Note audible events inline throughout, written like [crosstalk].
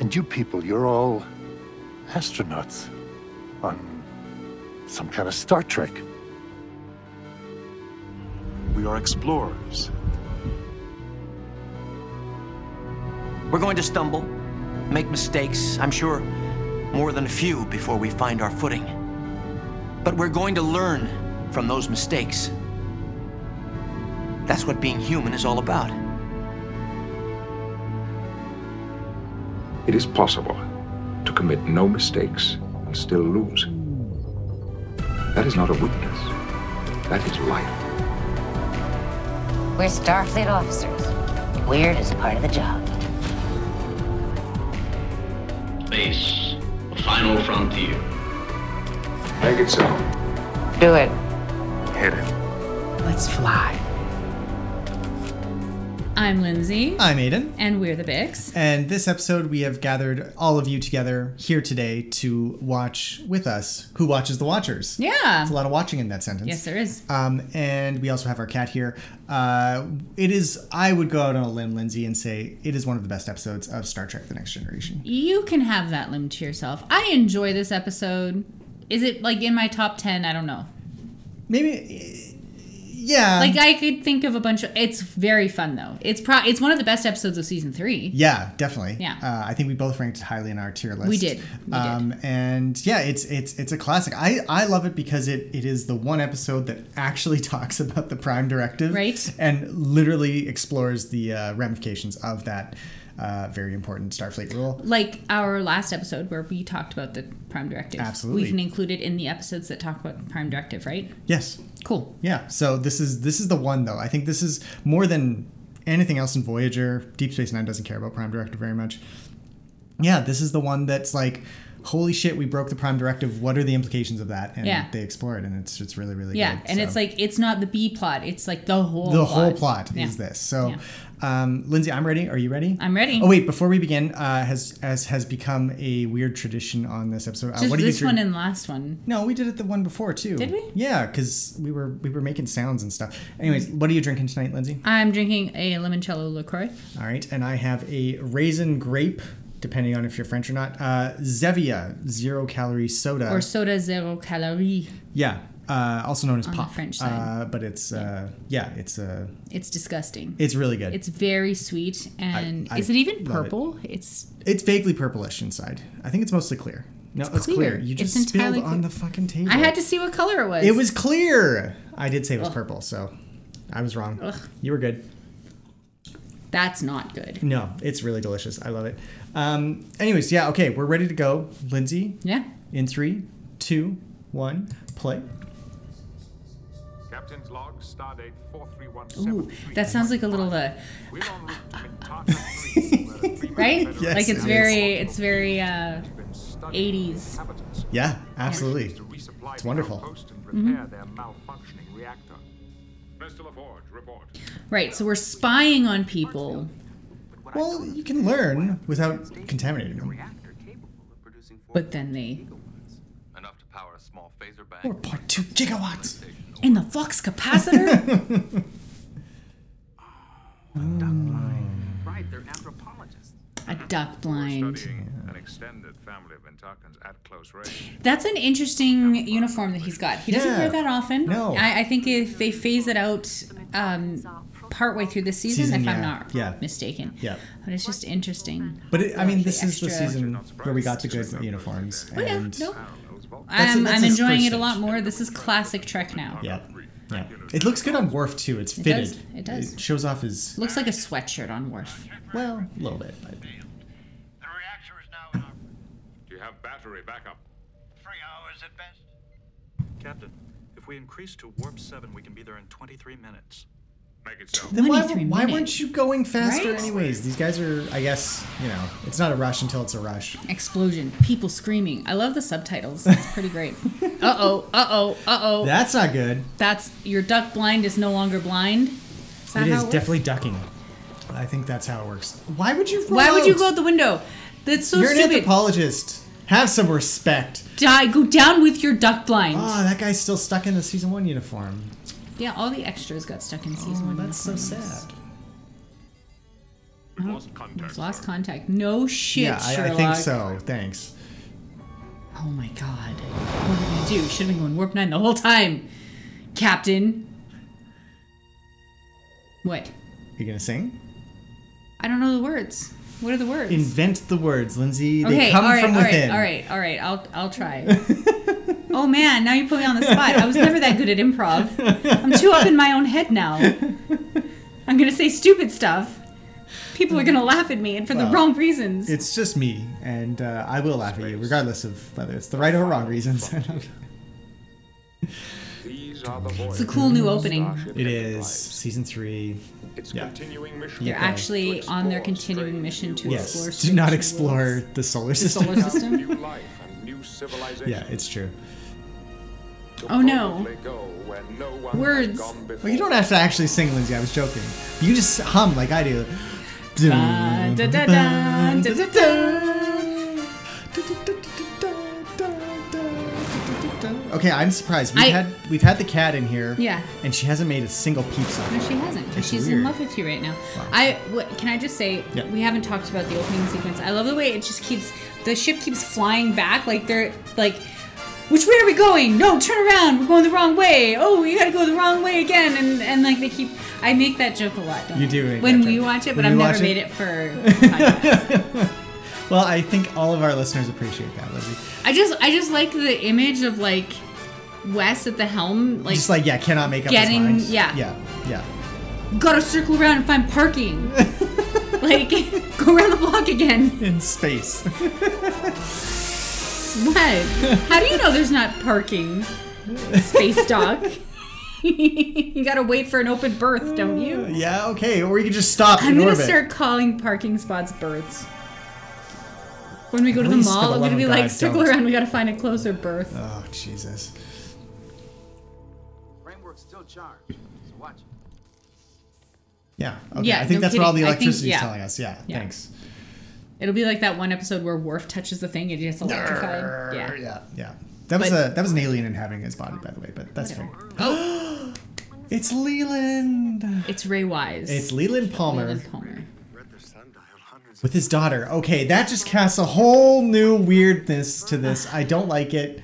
And you people, you're all astronauts on some kind of Star Trek. We are explorers. We're going to stumble, make mistakes, I'm sure more than a few before we find our footing. But we're going to learn from those mistakes. That's what being human is all about. It is possible to commit no mistakes and still lose. That is not a weakness. That is life. We're Starfleet officers. Weird is part of the job. Space, the final frontier. Make it so. Do it. Hit it. Let's fly. I'm Lindsay, I'm Aiden. and we're the Bix. And this episode, we have gathered all of you together here today to watch with us Who Watches the Watchers? Yeah. That's a lot of watching in that sentence. Yes, there is. Um, and we also have our cat here. Uh, it is, I would go out on a limb, Lindsay, and say it is one of the best episodes of Star Trek The Next Generation. You can have that limb to yourself. I enjoy this episode. Is it like in my top 10? I don't know. Maybe, yeah. Like I could think of a bunch of It's very fun though. It's pro it's one of the best episodes of season 3. Yeah, definitely. Yeah. uh, I think we both ranked highly in our tier list. We did. We did. Um, and yeah, it's it's it's a classic. I I love it because it it is the one episode that actually [laughs] talks about the Prime Directive, Right. And literally explores the uh, ramifications of that uh, very important Starfleet rule. Like our last episode where we talked about the prime directive. Absolutely. We can include it in the episodes that talk about prime directive, right? Yes. Cool. Yeah. So this is this is the one though. I think this is more than anything else in Voyager. Deep Space Nine doesn't care about Prime Directive very much. Yeah, this is the one that's like, holy shit, we broke the Prime Directive. What are the implications of that? And Yeah. they explore it, and it's it's really really Yeah, good. and So it's like it's not the B plot, it's like the whole the plot. whole plot Yeah. is this. So, um, Lindsay, I'm ready. Are you ready? I'm ready. Oh wait, before we begin, uh, has as has become a weird tradition on this episode. Uh, Just what do you this think- one and last one. no, we did it the one before too. Did we? Yeah, because we were we were making sounds and stuff. Anyways, what are you drinking tonight, Lindsay? I'm drinking a limoncello LaCroix. All right, and I have a raisin grape, depending on if you're French or not. Uh, Zevia, zero calorie soda. or soda zero calorie. yeah, uh, also known as the pop. French side. Uh, but it's uh, yeah, it's uh, It's disgusting. it's really good. It's very sweet and I is it love even it. purple? It's It's vaguely purplish inside. I think it's mostly clear. No, it's, clear. clear. You It's just spilled entirely clear. on the fucking table. I had to see what color it was. It was clear. I did say it was purple, so I was wrong. You were good. That's not good. No, it's really delicious. I love it. Um, anyways, yeah, okay, we're ready to go. Lindsay, Yeah. in three, two, one, play. Captain's log, stardate 4317. Ooh, that sounds like a little uh, We're on route to Mintaka 3, where a three-man [laughs] right? [laughs] Yes, like it it's is. very it's very uh has been studying 80s. inhabitants. Yeah, Is absolutely. to resupply It's the wonderful. outpost Mm-hmm. and repair their malfunctioning reactor. Mr. LaForge, report. Right, so we're spying on people. Well, you can learn without contaminating them. But then they Enough to power a small phaser bank. 4.2 gigawatts. in the flux capacitor? [laughs] Right, they're anthropologists. A duck blind. Studying an extended family of Mintakans at close range. That's an interesting uniform that he's got. He doesn't Yeah. wear that often. No. I, I think if they phase it out um, partway through the season, Season, if yeah. I'm not Yeah. mistaken. Yeah. But it's just interesting. But it, I mean, this is the Extra. season where we got the good uniforms. Oh, yeah, And nope. [sighs] Parallels, Vulcan. That's a- I'm, that's I'm his enjoying first it a lot stage. more. This is classic Trek now. yeah. yeah. It looks good on Worf, too. It's fitted. does. It does. It shows off his, Looks like a sweatshirt on Worf. well, a little bit. But The reactor is now in operation. Do you have battery backup? Three hours at best. Captain, if we increase to warp 7, we can be there in 23 minutes. Make it so. then why, 23 why weren't minutes. you going faster, Right? anyways? These guys are, I guess, you know, it's not a rush until it's a rush. Explosion, people screaming. I love the subtitles. It's [laughs] pretty great. Uh oh, uh oh, uh oh. That's not good. That's your duck blind is no longer blind. Is that It how is works? definitely ducking. I think that's how it works. Why would you? Why would you float? go out the window? That's so You're an stupid. anthropologist. Have some respect. Die, go down with your duck blind. Oh, that guy's still stuck in the season one uniform. Oh, Yeah, all the extras got stuck in season one. That's so uniforms. sad. We've lost contact. We've lost contact. No shit, yeah, I, I Sherlock. think so. Thanks. Oh my god. What did we do? Should have been going warp nine the whole time, Captain. What? You gonna sing? I don't know the words. What are the words? Invent the words, Lindsay. They okay, come all right, from all right, within. all right, all right. I'll [laughs] I'll try. oh man, now you put me on the spot. I was never that good at improv. I'm too up in my own head now. I'm gonna say stupid stuff. People are gonna laugh at me, and for the Well, wrong reasons. It's just me, and uh, I will laugh at you, regardless of whether it's the right or wrong reasons. [laughs] These are the voices. It's a cool new opening. It is season three. It's yeah. continuing mission. They're actually on their continuing mission to explore. [laughs] Yes. Do strange not worlds. explore the solar The system. [laughs] solar system. new life and new civilization. yeah, it's true. Oh no. Words. Well, you don't have to actually sing, Lindsay. I was joking. You can just hum like I do. Dun, dun, dun, dun, dun, dun, Okay, I'm surprised. We've I- had we've had the cat in here. Yeah. And she hasn't made a single peep song. No, she hasn't. It's She's weird. in love with you right now. Wow. I what, can I just say Yeah. we haven't talked about the opening sequence. I love the way it just keeps the ship keeps flying back like they're like, which way are we going? No, turn around. We're going the wrong way. Oh, you got to go the wrong way again. And and like they keep. I make that joke a lot. Don't You I? do make when that we joke. watch it, but When I've we never watch it- made it [laughs] for. Well, I think all of our listeners appreciate that, Lindsay. I just I just like the image of like Wes at the helm, like just like yeah, cannot make up getting- his mind. yeah. Yeah. Yeah. gotta circle around and find parking. [laughs] like [laughs] go around the block again. In space. [laughs] What? How do you know there's not parking? [laughs] Space dock. [laughs] you gotta wait for an open berth, don't you? Yeah, okay. Or you could just stop I'm in gonna orbit. start calling parking spots berths. When we go to the Please, for mall, the I'm gonna love be of like, God, circle don't." around, we gotta find a closer berth. Oh, Jesus. Framework's still charged, so watch it. Yeah. Okay. Yeah, I think no that's what all the kidding. I think- electricity's yeah. telling us. Yeah, Yeah. Thanks. It'll be like that one episode where Worf touches the thing and he gets electrified. Yeah. Yeah. Yeah. That was But- a that was an alien inhabiting his body, by the way, but that's fair. [gasps] Oh. it's Leland. It's Ray Wise. It's Leland Palmer. Leland Palmer. With his daughter. Okay, that just casts a whole new weirdness to this. I don't like it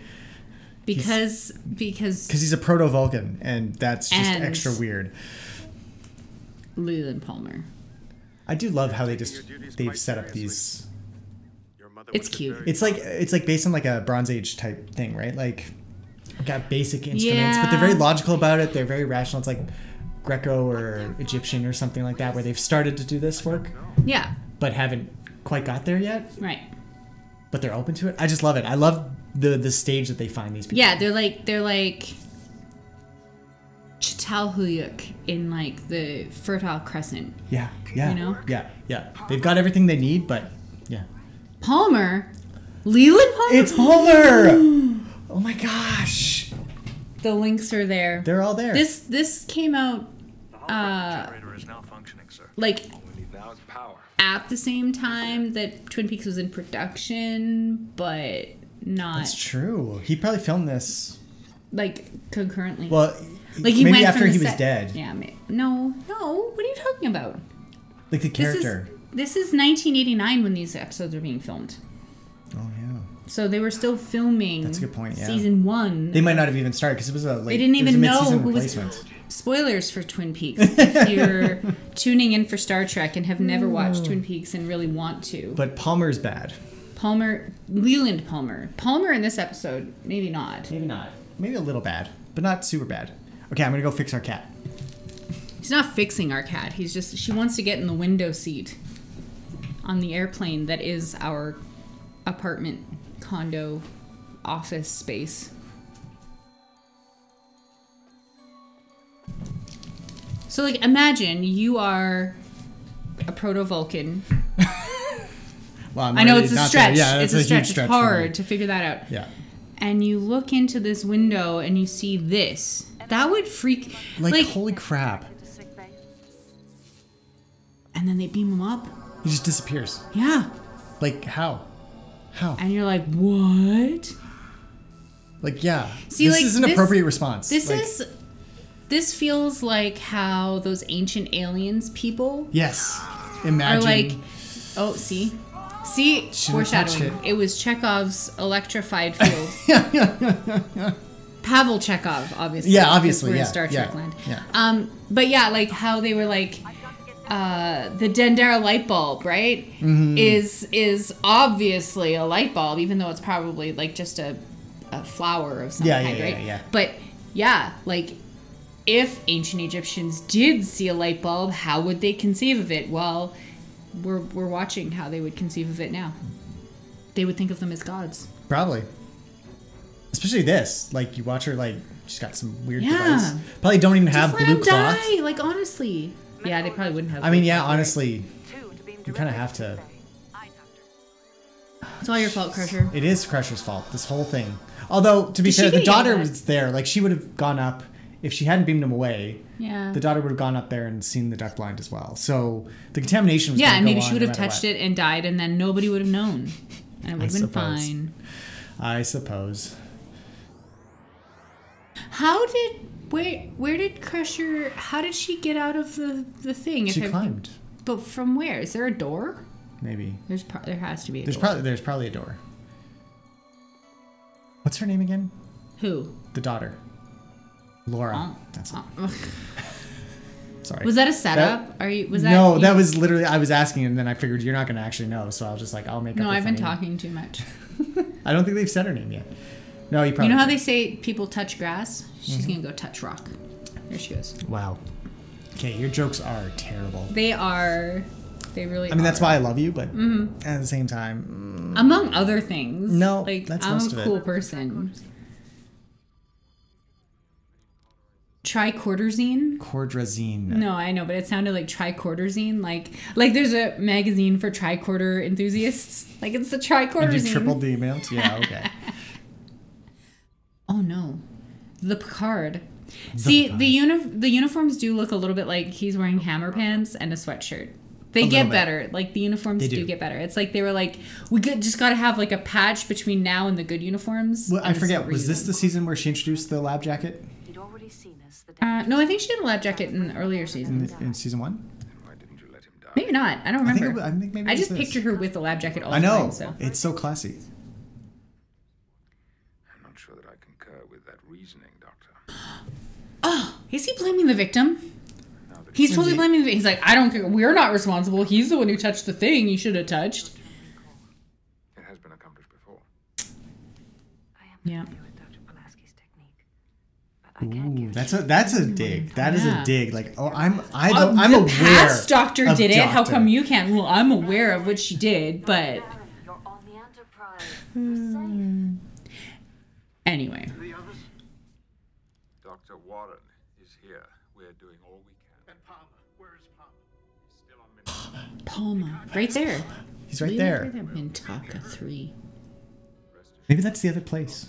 Because because because he's a proto Vulcan, and that's just And- extra weird. Leland Palmer. I do love how they just they've set up these. It's cute. It's like it's like based on like a Bronze Age type thing, right? Like got basic instruments, but they're very Yeah. logical about it. They're very rational. It's like Greco or Egyptian or something like that, where they've started to do this work Yeah. but haven't quite got there yet. Right. But they're open to it. I just love it. I love the the stage that they find these people. Yeah, they're like they're like Chitalhuyuk in like the Fertile Crescent. Yeah, yeah, You know? yeah, yeah. They've got everything they need, but yeah, Palmer, Leland Palmer. [gasps] It's Palmer! oh my gosh, the links are there. they're all there. This this came out uh, Generator is now functioning, sir. like We need now is power. at the same time that Twin Peaks was in production, but not That's true. He probably filmed this. like concurrently. Well, like he maybe went after from the he was set- dead. Yeah. ma- No. No. What are you talking about? Like the This is- character. This is 1989 when these episodes were being filmed. Oh yeah. So they were still filming. That's a good point, yeah. Season one. They might not have even started because it was a late. didn't it was a even know mid-season who was- replacement. Spoilers for [laughs] Twin Peaks. if you're tuning in for Star Trek and have never watched Mm. Twin Peaks and really want to, But Palmer's bad. Palmer, Leland Palmer, Palmer in this episode, maybe not. Maybe not. Maybe a little bad, but not super bad. Okay, I'm gonna go fix our cat. He's not fixing our cat. He's just she wants to get in the window seat on the airplane that is our apartment, condo, office space. So like imagine you are a proto Vulcan. Well, I'm I know already it's a not stretch. there. Yeah, it's that's a, stretch. huge stretch. It's for me. hard to figure that out. Yeah. And you look into this window and you see this. That would freak Like, like holy crap! and then they beam him up. He just disappears. Yeah. Like how? How? And you're like, what? Like yeah. See, this like, is an this- appropriate response. This Like, is. This feels like how those ancient aliens people yes. Imagine. are like, oh, see, Shouldn't see, have touched foreshadowing. it. It. was Chekhov's [laughs] electrified field. Pavel Chekhov, obviously. Yeah, because obviously, We're yeah, in Star yeah, Trek land. yeah. Um, but yeah, like how they were like, uh, the Dendera light bulb, right? Mhm. Is is obviously a light bulb, even though it's probably like just a, a flower of some Yeah, kind, yeah, right? yeah, yeah. But yeah, like if ancient Egyptians did see a light bulb, how would they conceive of it? Well, we're we're watching how they would conceive of it now. They would think of them as gods. Probably. Especially this. Like, you watch her, like, she's got some weird Yeah. device. Probably don't even have Just let blue them cloth. die. Like honestly, yeah, they probably wouldn't have. I mean, blue yeah, cloth, honestly, you kind of have to. right? it's all your fault, Crusher. It is Crusher's fault, this whole thing. Although, to be Did she fair, the get yelled daughter at? was there. Like, she would have gone up. If she hadn't beamed him away, Yeah. the daughter would have gone up there and seen the duck blind as well. So the contamination was yeah, gonna and go maybe on she would no have matter touched what. it and died, and then nobody would have known, and it would have been suppose. fine. I suppose. How did where where did Crusher? How did she get out of the the thing? If She her- climbed, But from where? Is there a door? maybe. There's pro- there has to be. A There's door. probably there's probably a door. What's her name again? who? The daughter. Laura. That's it. [laughs] Oh. Ugh. Sorry. Was that a setup? Are you? Was that no, you- that was literally I was asking, and then I figured you're not going to actually know, so I was just like, I'll make. No, up a I've been funny- talking too much. I don't think they've said her name yet. No, you probably. you know how they say people touch grass? She's Mhm. gonna go touch rock. There she goes. Wow. Okay, your jokes are terrible. They are. They really. I mean, that's are. why I love you, but Mhm. at the same time, mm, Among other things. No, like that's I'm most a of it. cool person. Tricorderzine. Cordrazine. No, I know, but it sounded like tricorderzine. Like, like there's a magazine for tricorder enthusiasts. Like it's the And tricorderzine. you tripled the amount. [laughs] Yeah. Okay. Oh no, the Picard. See the uni- the uniforms do look a little bit like he's wearing hammer pants and a sweatshirt. They A little get bit. better. Like the uniforms They do. do. get better. It's like they were like, we could, just got to have like a patch between now and the good uniforms. Well, I and a forget. separate Was this uniform. the season where she introduced the lab jacket Uh, no, I think she had a lab jacket in earlier in, seasons. the, in season one? Maybe not. I don't Mm. I think remember. it wa- I think maybe it was just this. picture her with a lab jacket all I the know. time. So It's so classy. I'm not sure that I concur with that reasoning, Doctor. Oh, is he blaming the victim? He's totally blaming the victim. He's like, I don't care. We're not responsible. He's the one who touched the thing he should have touched. It has been accomplished before. Yeah. Ooh, that's a that's a dig. That is Yeah. a dig. Like, oh, I'm I Uh, don't, I'm the aware. past doctor of did it. How doctor. come you can't? Well, I'm aware of what she did, but anyway. The others? Dr. Warren is here. We're doing all we can. And Palmer. Where is Palmer? Palma, right there. He's right Really there. Mintaka three. Maybe that's the other place.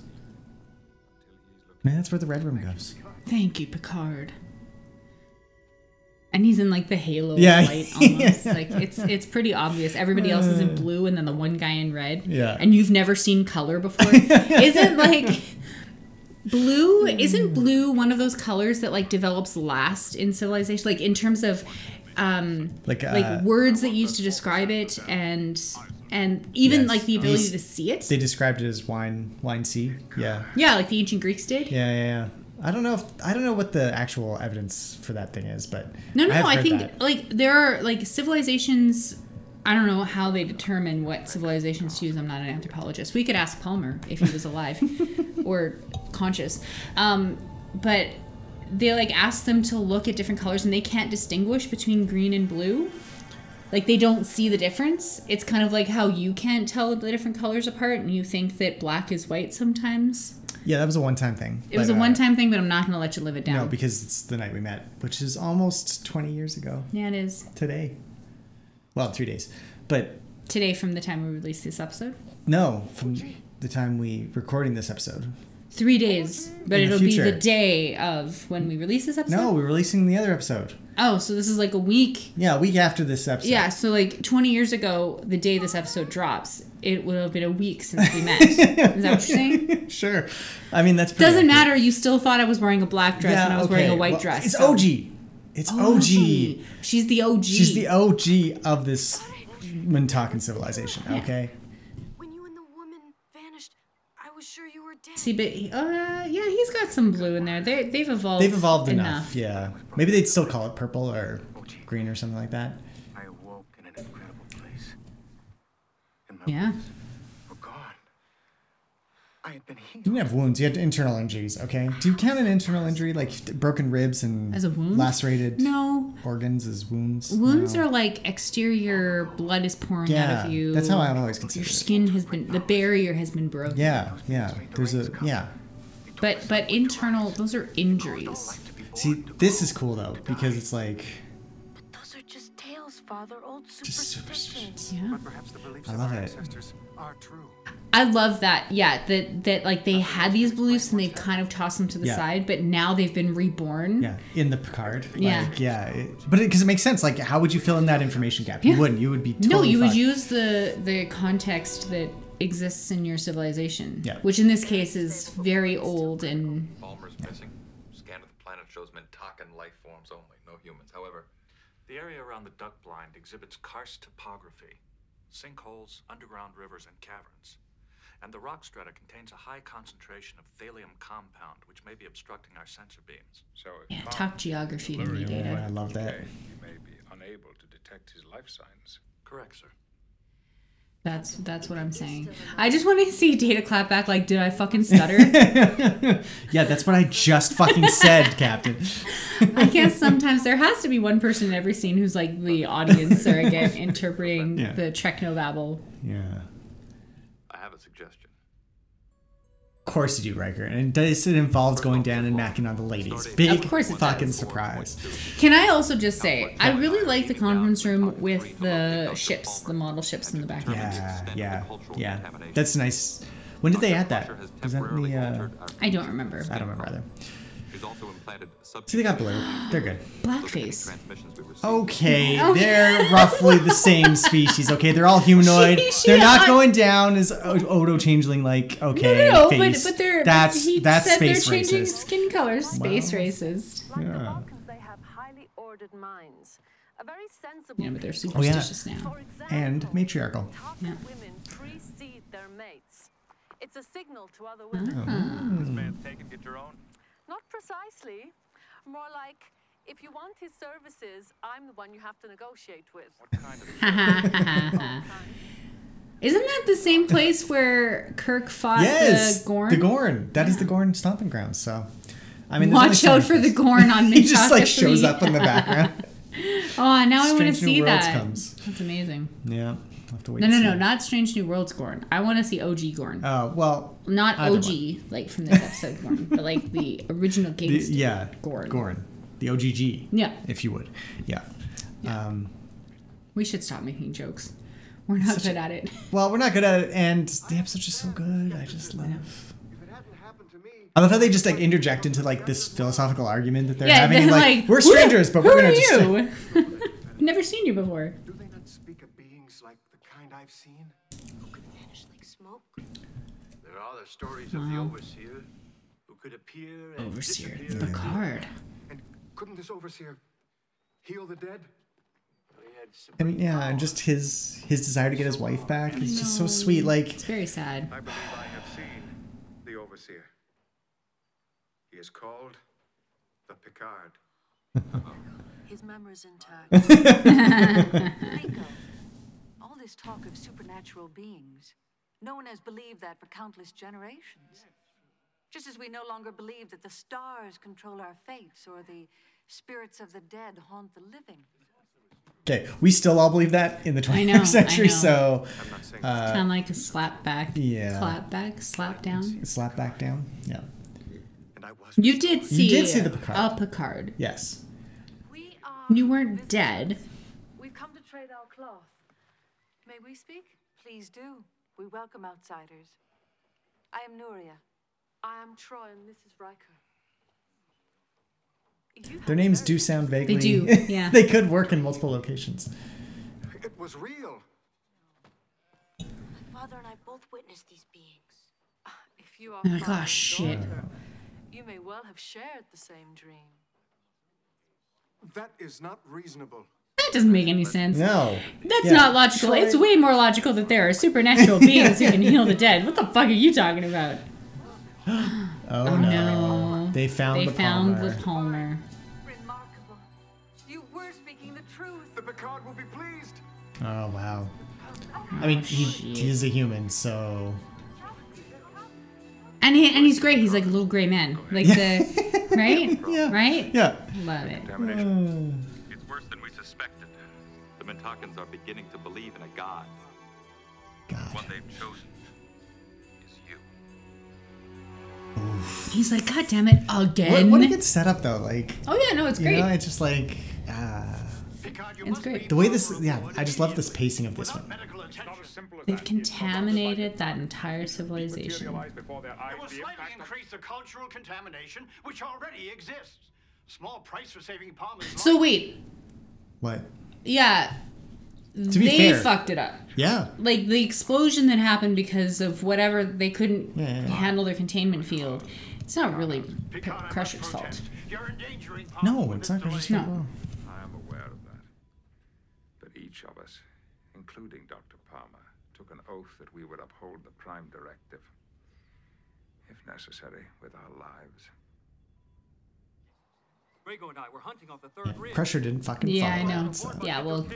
Maybe that's where the red room goes. Thank you, Picard. And he's in like the halo of Yeah. [laughs] light almost. Like it's it's pretty obvious. Everybody else is in blue and then the one guy in red. Uh. Yeah. And you've never seen [laughs] color before. isn't like blue Mm. isn't blue one of those colors that like develops last in civilization? Like in terms of um Like, uh, like words that you use to describe it and and even Yes. like the ability These- to see it. They described it as wine wine sea. Yeah. Yeah, like the ancient Greeks did. Yeah, yeah, yeah. I don't know if I don't know what the actual evidence for that thing is, but No, no, have I, heard think that. like there are like civilizations. I don't know how they determine what civilizations to use. I'm not an anthropologist. We could ask Palmer if he was [laughs] alive or conscious. Um, but they like ask them to look at different colors, and they can't distinguish between green and blue. Like they don't see the difference. It's kind of like how you can't tell the different colors apart, and you think that black is white sometimes. yeah, that was a one-time thing. It was but, a uh, one-time thing, but I'm not going to let you live it No, down. because it's the night we met, which is almost 20 years ago yeah, it is today. Well, three days, but today from the time we released this episode. Oh, no, from the time we recording this episode. three days, but In the it'll be the future. day of when we release this episode. No, we're releasing the other episode. Oh, so this is like a week. Yeah, a week after this episode. Yeah, so like 20 years ago, the day this episode drops, it would have been a week since we met. is that [laughs] what you're [laughs] saying? sure. I mean, that's pretty Doesn't accurate. matter. You still thought I was wearing a black dress Yeah, and I was okay, wearing a white well, dress. It's so- OG. It's Oh, OG. right. She's the OG. She's the OG of this Mintakan civilization. Okay. See, but he- uh, yeah, he's got some blue in there. They they've evolved. They've evolved enough. Yeah. Maybe they'd still call it purple or green or something like that. I awoke in an incredible place. And my Yeah. wounds were gone. I had been You healed. didn't have wounds. You had internal injuries. Okay. Do you count an internal injury like broken ribs and As a wound? lacerated No. organs as wounds? Wounds No. are like exterior blood is pouring out yeah. of you. That's how I've always considered. Your skin has been the barrier has been broken. It. Yeah. Yeah. There's a yeah. But but internal those are injuries. See, this is cool though because it's like Those are just tales, Father. Old just superstitions. Yeah. Perhaps the beliefs I of love our it. ancestors are true. I love that. Yeah, that that like they had these beliefs and they've kind of tossed them to the Yeah. side, but now they've been reborn. Yeah, in the Picard. Yeah. Like, yeah. It, but because it, makes sense. Like, how would you fill in that information gap? Yeah. You wouldn't. You would be totally no, you would fucked. use the the context that exists in your civilization. Yeah. Which in this case is very old and Balmer's missing. Scan of the planet shows Mentakan life forms only, no humans. However, The area around the duck blind exhibits karst topography, sinkholes, underground rivers, and caverns. And the rock strata contains a high concentration of thallium compound, which may be obstructing our sensor beams. So yeah, talk geography to me, Data. love that. He may be unable to detect his life signs. Correct, sir. That's that's what I'm saying. I just want to [laughs] see Data clap back like, did I fucking stutter? Yeah, that's what I just fucking [laughs] said, Captain. I guess sometimes there has to be one person in every scene who's like the audience surrogate [laughs] interpreting Yeah. the Trekno babble. Yeah. I have a suggestion. Of course you do, Riker. And this it involves going down and macking on the ladies. Big Of course it fucking surprise. Can I also just Oh, say, I really like the conference room with the ships, the model ships in the background. Yeah, Uh, yeah, yeah. That's nice. When did they add that? Was that in the? Uh, I don't remember. I don't remember either. She's also implanted sub See, they got blue. They're good. [gasps] Blackface. transmissions we received. Okay, [laughs] Okay. they're roughly the [laughs] same species. Okay, they're all humanoid. She- she- they're not I- going down as Odo changeling. Like No, okay, no, no, but, face. but they're that's but he that's said space they're changing racist. skin colors. Space racist. Yeah. Yeah, but they're Oh yeah, superstitious now. and matriarchal. Yeah. It's a signal to other Oh. women. Mm. Not precisely. More like, if you want his services, I'm the one you have to negotiate with. [laughs] Isn't that the same place where Kirk fought Yes, the Gorn? the Gorn. That is the Gorn stomping ground. So, I mean, there's only watch so out many for the places. Gorn on [laughs] Minchaka. he just like shows up in the [laughs] background. oh, now I want to Strange New see Worlds that. comes. That's amazing. yeah, I'll have to wait. no, and no, see. no, not Strange New Worlds Gorn. I want to see OG Gorn. Oh well, Not either OG like from this [laughs] episode Gorn, but like the original The- gangster. yeah, Gorn. Gorn, the OGG. Yeah. if you would. Yeah. Um, We should stop making jokes. We're not Such good a- at it. well, we're not good at it, and the episode's just so good. I just love. I love how they just like interject into like this philosophical argument that they're yeah, having. they're and, like, like, [laughs] we're "Who- strangers, but who we're gonna are just. you? [laughs] Never seen you before. Do they not speak of beings like the kind I've seen? Who could vanish like smoke? There are the stories of the Wow. overseer who could appear and Overseer, disappear. Picard. And couldn't this overseer heal the dead? Well, he had [laughs] supreme And yeah, and just his his desire to get his wife back is just so No. sweet. Like Oh, It's very sad. I believe I have seen the overseer. He is called the Picard. His memory's intact. Rico, all this talk of supernatural beings, no one has believed that for countless generations. Just as we no longer believe that the stars control our fates or the spirits of the dead haunt the living. okay, we still all believe that in the I 21st know, [laughs] I century. know. So uh, kind of like a slap back. yeah. Clap back, slap down. slap back down. Yeah. You did see. did see the Picard. A Picard. Yes. You weren't dead. We've come to trade our cloth. May we speak? Please do. We welcome outsiders. I am Nuria. I am Troy, and this is Riker. Their names do sound vaguely. do, [laughs] yeah. they could work in multiple locations. It was real. My father and I both witnessed these beings. If you are Oh my father and gosh, shit. daughter, you may well have shared the same dream. That is not reasonable. That doesn't make any sense. No. That's Yeah. not logical. It's way more logical that there are supernatural beings who can heal the dead. What the fuck are you talking about? Oh, Oh, no. no. They found they the found Palmer. the Palmer. You were speaking the truth. The Picard will be pleased. Oh wow. Oh, I mean, he, he is a human, so And he, and he's great. He's like a little gray man. Like Yeah. the [laughs] right? Yeah. Right? Yeah. Love it. Contamination. It's worse than we suspected. The Mentakans are beginning to believe in a god. God. One they've chosen is you. He's like, God damn it, what, again. what a good setup though. Like, oh yeah, no, it's you great. know, it's just like ah, it's great. the way this. Yeah, I just love this pacing of this one. They've contaminated that entire civilization. It will slightly increase the cultural contamination which already exists. Small price for saving [laughs] Palmer's So wait, What? yeah. be they fair. fucked it up. Yeah. Like the explosion that happened because of whatever they couldn't Yeah, yeah, yeah. handle their containment field. It's not really P- Crusher's fault. No, it's not Crusher's fault. at all. I am aware of that. But each of us, including Dr. Palmer, took an oath that we would uphold the Prime Directive. If necessary, with our lives. Drago and I were hunting off the third ridge. Crusher didn't fucking Yeah, I follow know. that, so. Yeah, well,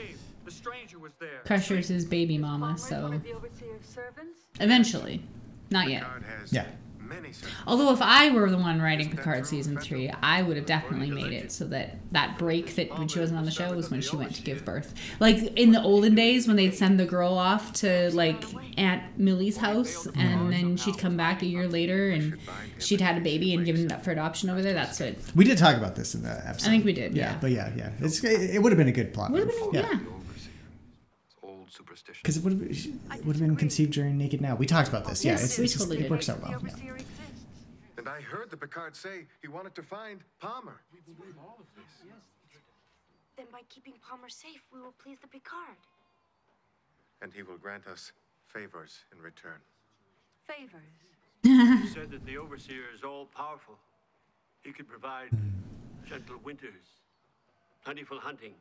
The stranger was there. Crusher's his baby mama, so The overseer's servants? eventually, not yet. Yeah. Although if I were the one writing Picard season three, I would have definitely made it so that that break that when she wasn't on the show was when she went to give birth. Like in the olden days when they'd send the girl off to like Aunt Millie's house and then she'd come back a year later and she'd had a baby and given it up for adoption over there. That's what We did talk about this in the episode. I think we did, yeah. But yeah, yeah, it's it, would have been a good plot. Would've move. been- yeah. Old superstition. Because it would have it would have been conceived during naked now. We talked about this. Yeah, Yes, it's, we it's just, totally it did. works out well. yeah. And I heard the Picard say he wanted to find Palmer. Then by keeping Palmer safe, we will please the Picard. And he will grant us favors in return. Favors. he said that the overseer is all powerful. He could provide gentle winters, plentiful hunting,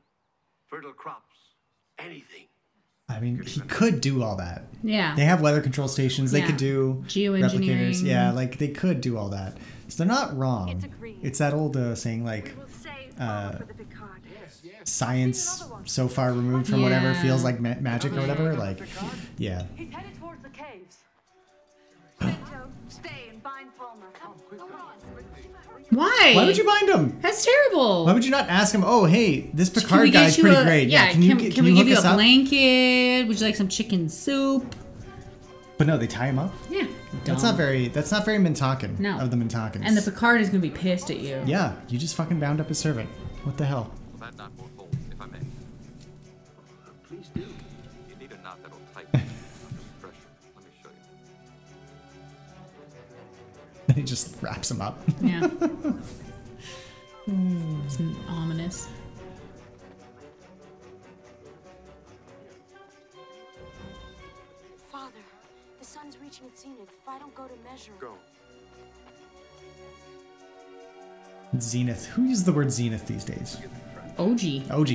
fertile crops, anything. I mean, he could do all that. Yeah. They have weather control stations. They Yeah. could do replicators. Geoengineering. Yeah, like they could do all that. So they're not wrong. It's, that old uh, saying, like, uh, science so far removed from whatever Yeah. feels like ma- magic or whatever. Like, yeah. He's headed towards the caves. Bento, stay and bind Palmer. Come, go on. Why? Why would you bind him? That's terrible. Why would you not ask him? Oh, hey, this Can we Picard get guy's you pretty a- great. Yeah, can, you, can, we you give hook you us a up? blanket? Would you like some chicken soup? But no, they tie him up. Yeah. That's Dumb. not very. That's not very Mintakan. No. Of the Mintakans. And the Picard is gonna be pissed at you. yeah, you just fucking bound up a servant. What the hell? Will that knot will hold, if I may? Please do. You need a knot that'll tighten [laughs] under pressure. Let me show you. Then [laughs] he just wraps him up. [laughs] Yeah. It's m- ominous. Father, the sun's reaching its zenith. If I don't go to measure. Go. Zenith. Who uses the word zenith these days? OG. OG.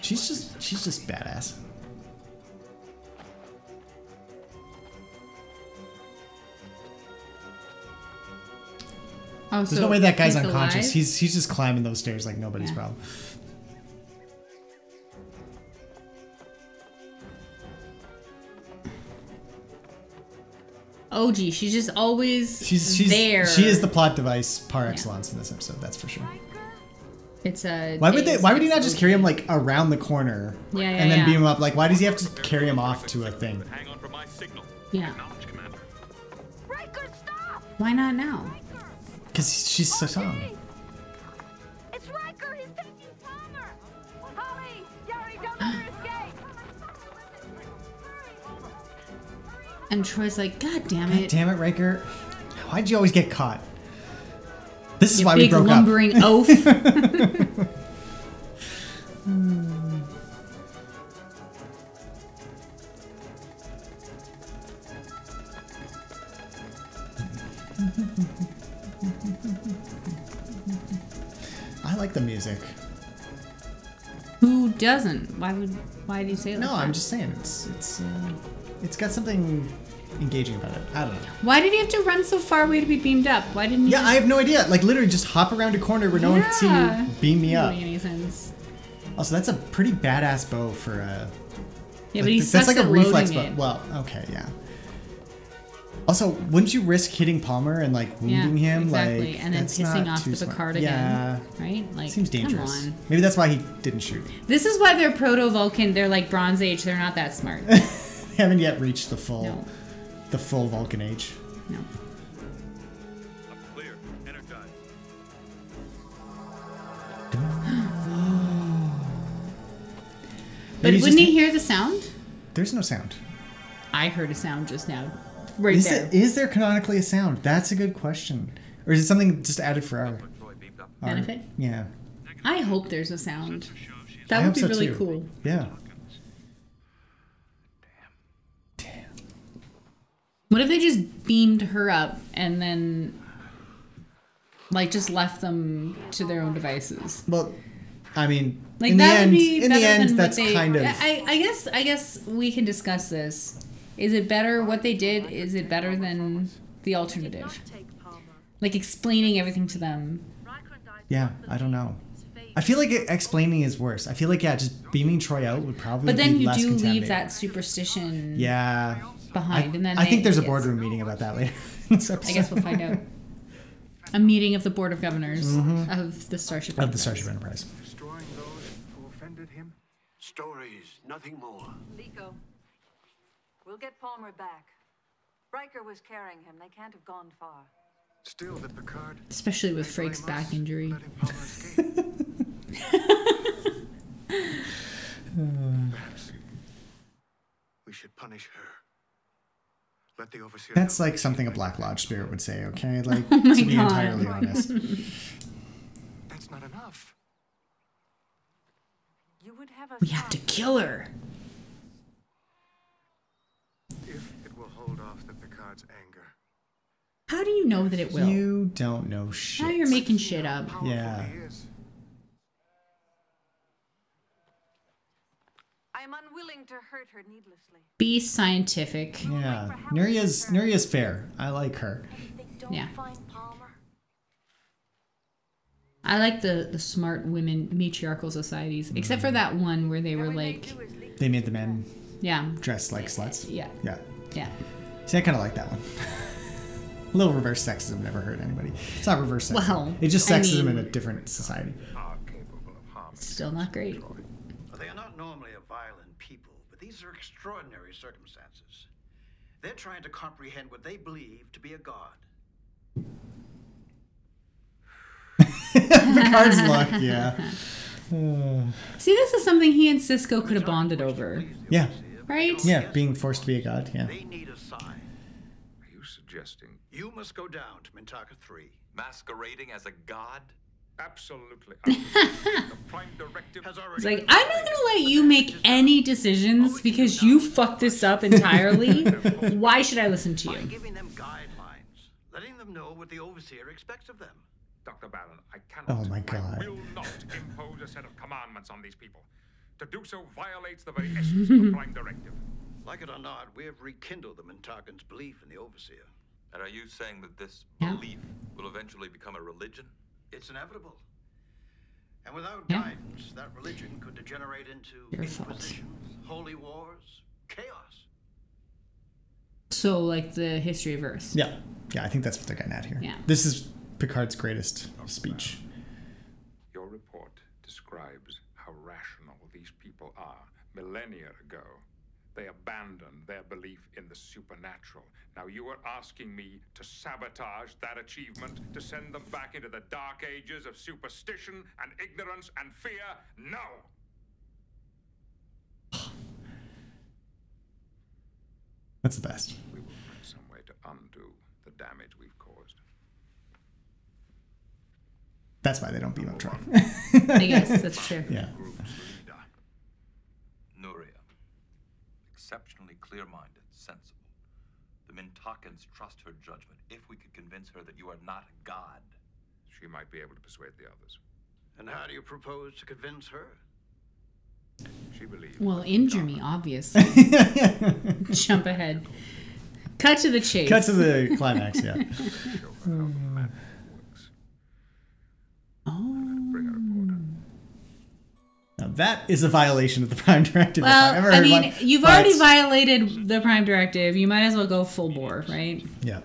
She's just she's just badass. Oh, There's so no way that guy's he's unconscious. alive? He's he's just climbing those stairs like nobody's problem. OG. She's just always She's she's there. she is the plot device par excellence in this episode. That's for sure. It's a. Why would they? it's- Why would he not just carry him like around the corner Yeah, yeah, and then yeah. beam him up? Like, why does he have to carry him off to a thing? Yeah. Why not now? Because she's so young. It's Riker. He's taking Palmer. Holly, Yari, don't And Troy's like, God damn God it. damn it, Riker! Why'd you always get caught? This is You why we big broke lumbering up. oaf. [laughs] Hmm. I like the music. Who doesn't? Why would? Why do you say it like No, that? I'm just saying it's it's uh, it's got something engaging about it. I don't know. Why did he have to run so far away to be beamed up? Why didn't he? Yeah, I have no idea. Like literally, just hop around a corner where no one can see Yeah. you. Beam me Doesn't up. make any sense. Also, that's a pretty badass bow for a. like, Yeah, but he that's sucks like a at loading reflex it. bow. Well, okay, yeah. Also, wouldn't you risk hitting Palmer and like wounding yeah, him? exactly, Like, and then that's pissing not off too the smart. Picard Yeah, again, right? Like, seems dangerous. Come on. Maybe that's why he didn't shoot. [laughs] This is why they're proto Vulcan. They're like Bronze Age. They're not that smart. They haven't yet reached the full, No. the full Vulcan age. No. Clear. Energize. but Maybe he's wouldn't just- he hear the sound? There's no sound. I heard a sound just now, right is there. There, is there canonically a sound? That's a good question. Or is it something just added for our, our- Benefit? Yeah. I hope there's a sound. I That hope would be so, really too. cool. Yeah. What if they just beamed her up and then, like, just left them to their own devices? Well, I mean, Like in the that end, would be in better the end, than that's what they, kind of. I, I guess. I guess we can discuss this. Is it better what they did? Is it better than the alternative? Like explaining everything to them. yeah, I don't know. I feel like explaining is worse. I feel like yeah, just beaming Troy out would probably. But then be you less do leave contaminating. that superstition Yeah. behind, and then I they- think there's a yes. boardroom meeting about that later. in this I guess episode. we'll [laughs] find out. A meeting of the board of governors Mhm. of the Starship. Of the Enterprise. Starship Enterprise. Destroying those who offended him? Stories, nothing more. Lico, we'll get Palmer back. Riker was carrying him. They can't have gone far. Still, the Picard Especially with Frake's back injury. [laughs] Hmm. Perhaps we should punish her. Let the overseer. That's like something a Black Lodge spirit would say. Okay, like [laughs] Oh my to be God. entirely [laughs] honest. That's not enough. You would have us. We have to kill her. If it will hold off the Picard's anger. How do you know that it will? You don't know shit. now you're making shit up. Yeah. I am unwilling to hurt her needlessly. Be scientific. Yeah. Nuria's Nuria's fair. I like her. Yeah. I like the, the smart women matriarchal societies, except Mm. for that one where they were like, They made the men yeah, dress like sluts. Yeah. Yeah. yeah. See, I kind of like that one. [laughs] a little reverse sexism never hurt anybody. It's not reverse sexism. Well, it's just I sexism in mean- a different society. [laughs] Still not great. Well, they are not normally a violent people, but these are extraordinary circumstances. They're trying to comprehend what they believe to be a god. Picard's luck, [laughs] yeah. Uh, See, this is something he and Cisco could have bonded over, yeah. right? Yeah, being forced to be a god, yeah. They need a sign. Are you suggesting You must go down to Mintaka 3. Masquerading as a god? [laughs] Absolutely. It's like, I'm not gonna let you make any decisions because you fucked this [laughs] up entirely. Why should I listen to By you? giving them guidelines, letting them know what the overseer expects of them. Dr. Baron, I cannot. Oh my god. I will not impose a set of commandments on these people. To do so violates the very essence [laughs] of the Prime Directive. Like it or not, we have rekindled the Mintakan's belief in the overseer. And are you saying that this Yeah. belief will eventually become a religion? It's inevitable. And without Yeah. guidance, that religion could degenerate into Your fault. inquisitions, holy wars, chaos. So, like the history of Earth. Yeah. Yeah, I think that's what they're getting at here. Yeah. This is Picard's greatest speech. Your report describes how rational these people are. Millennia ago, they abandoned their belief in the supernatural. Now you are asking me to sabotage that achievement, to send them back into the dark ages of superstition and ignorance and fear? No! That's the best. We will find some way to undo the damage we've caused. That's why they don't beam up Troy. [laughs] I guess that's true. [laughs] Yeah. Nuria. Exceptionally clear minded, sensible. The Mintakans trust her judgment if we could convince her that you are not a god. She might be able to persuade the others. And how do you propose to convince her? She believes. Well, injure me, obviously. [laughs] Jump ahead. Cut to the chase. Cut to the climax, yeah. Now that is a violation of the Prime Directive. if I've Well, ever I heard mean, one, you've but- already violated the Prime Directive. You might as well go full bore, right? Yeah.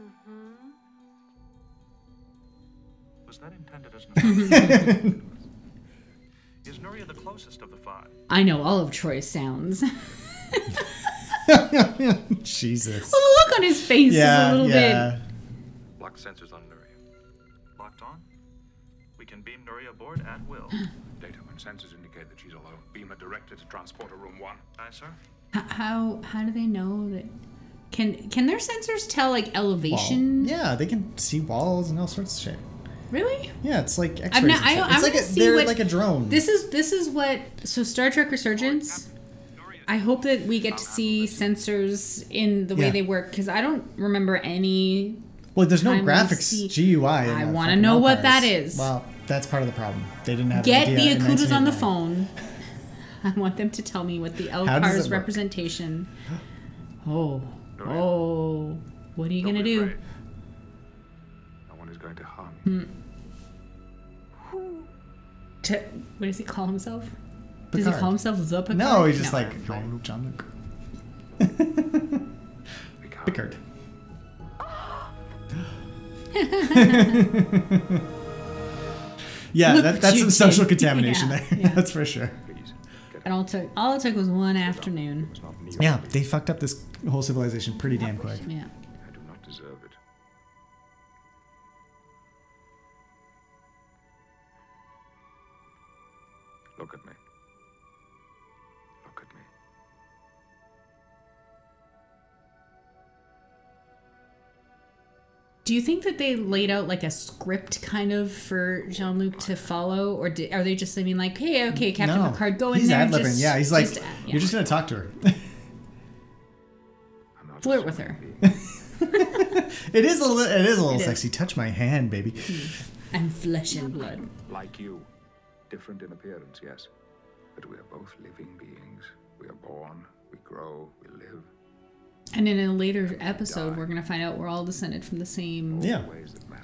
Mm-hmm. Was that intended as an? Is Nuria the closest of the five? I know all of Troy's sounds. [laughs] well, Jesus. the look on his face is a little bit. Lock sensors on Nuria. Locked on? We can beam Nuria aboard at [laughs] will. Data and sensors indicate that she's alone. Beam her directly to transporter room one. Aye, sir. H- How how do they know that? Can can their sensors tell like elevation? Wall. Yeah, they can see walls and all sorts of shit. Really? Yeah, it's like X-rays. I'm not. and I, shit. I'm it's like gonna a, see they're what, like a drone. This is this is what. So Star Trek Resurgence. I hope that we get to see sensors in the way Yeah. they work because I don't remember any. well, there's no time we graphics see- GUI. I wanna know what that is. Well, that's part of the problem. They didn't have. Get an the idea in Akudas on the 1989. phone. [laughs] I want them to tell me what the How does it Elcar's work? representation. Oh, oh, what are you gonna do? No one is going to harm you. Hmm. To, what does he call himself? Does he Picard. call himself the Picard? No, he's just like I'm John Luke. [laughs] Picard. [laughs] yeah, Look that, what that's you some did. [laughs] social contamination Yeah, there. yeah. [laughs] that's for sure. And all it took, all it took was one afternoon. Yeah, they fucked up this whole civilization pretty damn quick. Yeah. I do not deserve it. Look at me. Look at me. Do you think that they laid out like a script kind of for Jean Luc to follow, or di are they just saying like, "Hey, okay, Captain No, Picard, go he's in there"? ad-libbing. Just, yeah, he's like, just, uh, yeah. you're just gonna talk to her. [laughs] flirt with her. it is a little, it is a little It is. sexy. Touch my hand, baby. [laughs] I'm flesh and [laughs] blood. Like you. Different in appearance, yes. But we are both living beings. We are born, we grow, we live. And in a later episode, we're gonna find out we're all descended from the same Yeah.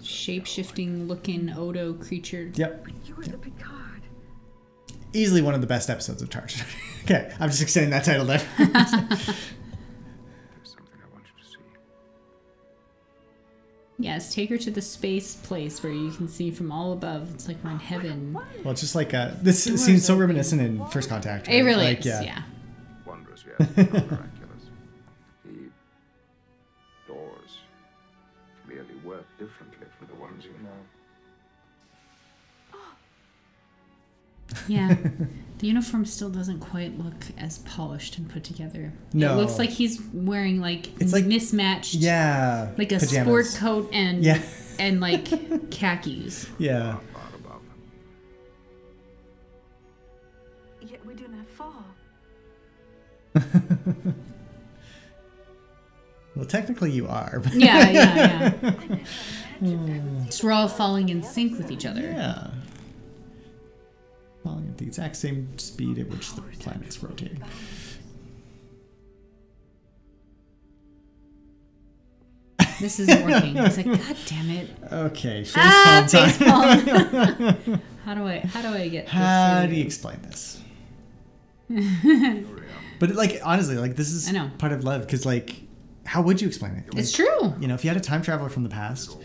shape shifting looking Odo creature. Yep. You were the Picard. Easily one of the best episodes of Charge. [laughs] okay, I'm just extending that title [laughs] there. Yes, take her to the space place where you can see from all above. It's like we're in heaven. Well, it's just like uh, this seems so reminiscent in First Contact. It right? really Like, [laughs] is, yeah. Wondrous, yes. but not miraculous. The doors merely work differently from the ones you know. Yeah. the uniform still doesn't quite look as polished and put together. No. It looks like he's wearing like It's like- mismatched Yeah. like a pajamas. sport coat and Yeah. and [laughs] like khakis. Yeah. Yet we do not fall. Well, technically you are. but- Yeah, yeah, [laughs] yeah. Hmm. so we're all falling in sync with each other. Yeah. Falling at the exact same speed at which the planet's rotating. This isn't working. [laughs] He's like, God damn it. Okay, face ah, palm time. face [laughs] palm. [laughs] how do I how do I get this? How through? do you explain this? But like honestly, like this is I know. part of love because like, how would you explain it? [laughs] It's Like, true. You know, if you had a time traveler from the past,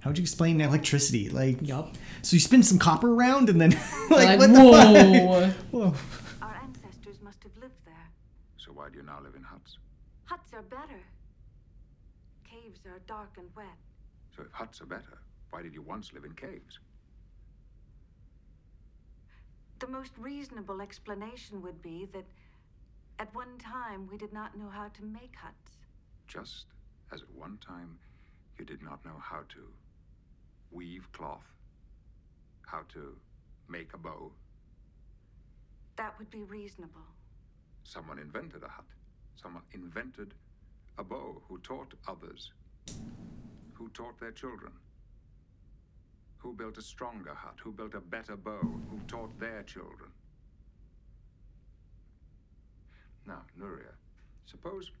how would you explain electricity? Like, yup. So you spin some copper around and then [laughs] like, [laughs] Like, what whoa. [laughs] the fuck? whoa. Our ancestors must have lived there. So why do you now live in huts? Huts are better. Caves are dark and wet. So if huts are better, why did you once live in caves? The most reasonable explanation would be that at one time we did not know how to make huts. Just as at one time you did not know how to weave cloth, how to make a bow. That would be reasonable. Someone invented a hut. Someone invented a bow who taught others, who taught their children, who built a stronger hut, who built a better bow, who taught their children. Now, Nuria, suppose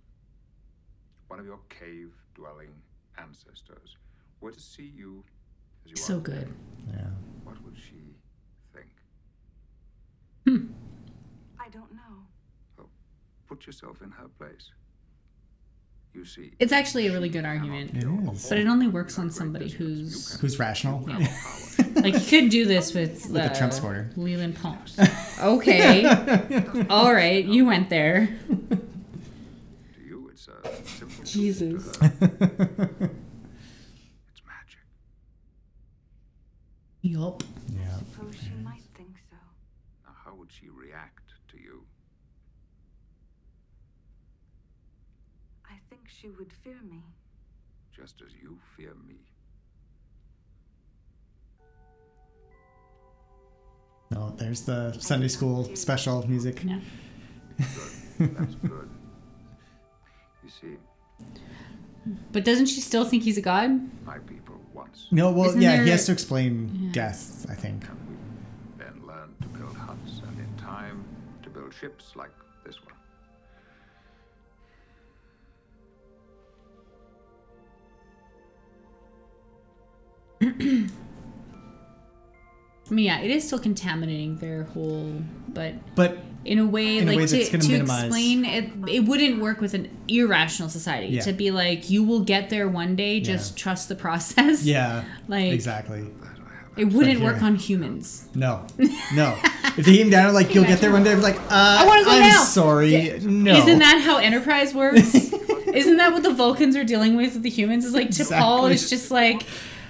one of your cave dwelling ancestors were to see you as you So are. good. Yeah. What would she think? Hmm. I don't know. Oh, Put yourself in her place. You see, It's actually a really good argument, but it only works on somebody who's Who's rational? like you could do this with Like a uh, Trump supporter. Leland [laughs] Palms. Okay, all right, you went there. to you, it's a simple. Jesus. Yup. [laughs] Yeah. Suppose she might think so. Now, how would she react to you? I think she would fear me. just as you fear me. Oh, there's the Sunday school special music. Yeah. That's good. You see, But doesn't she still think he's a god? my people once No, well, Isn't yeah, there- he has to explain Yeah. death, I think. then learned to build huts and in time to build ships like this one. I mean, yeah, it is still contaminating their whole, but But in a way, in a like way to, that's gonna to minimize- explain it, it wouldn't work with an irrational society. Yeah. To be like, you will get there one day. Just trust the process. Yeah. [laughs] like exactly. It wouldn't But work here- on humans. No, no. if they came down and [laughs] like, you'll get there one day, I'd be like, uh, I wanna go am now." sorry. No. Isn't that how [laughs] Enterprise works? Isn't that what the Vulcans are dealing with with the humans? Is like to Paul Exactly. is just like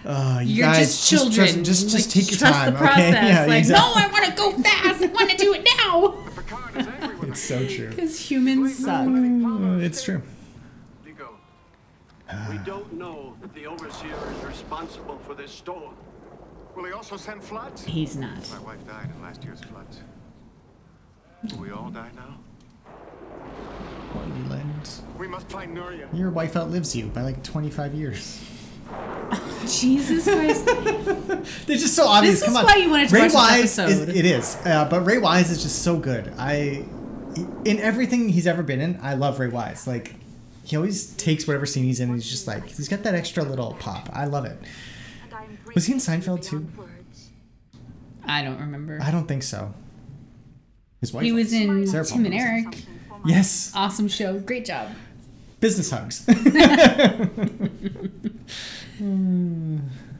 Uh, you You're guys, just trust- children. Just, just, Like, take your trust time, the process. okay? Yeah, like exactly. no, I want to go fast. I want to do it now. [laughs] It's so true. Because humans suck. Mm, It's true. Ligo, we don't know that the overseer is responsible for this storm. Will he also send floods? He's not. My wife died in last year's floods. Will we all die now? Lens. We must find Nuria. Your wife outlives you by like 25 years. [laughs] Jesus Christ. They're just so obvious. This Come is on. why you wanted to Ray watch this Wise is, episode. it is, uh, but Ray Wise is just so good. I, in everything he's ever been in, I love Ray Wise. Like, he always takes whatever scene he's in. and He's just like he's got that extra little pop. I love it. Was he in Seinfeld too? I don't remember. I don't think so. His wife. He was in Sarah Tim and Palmer. Eric. Yes, Awesome show. Great job. business [laughs] hugs. Hmm.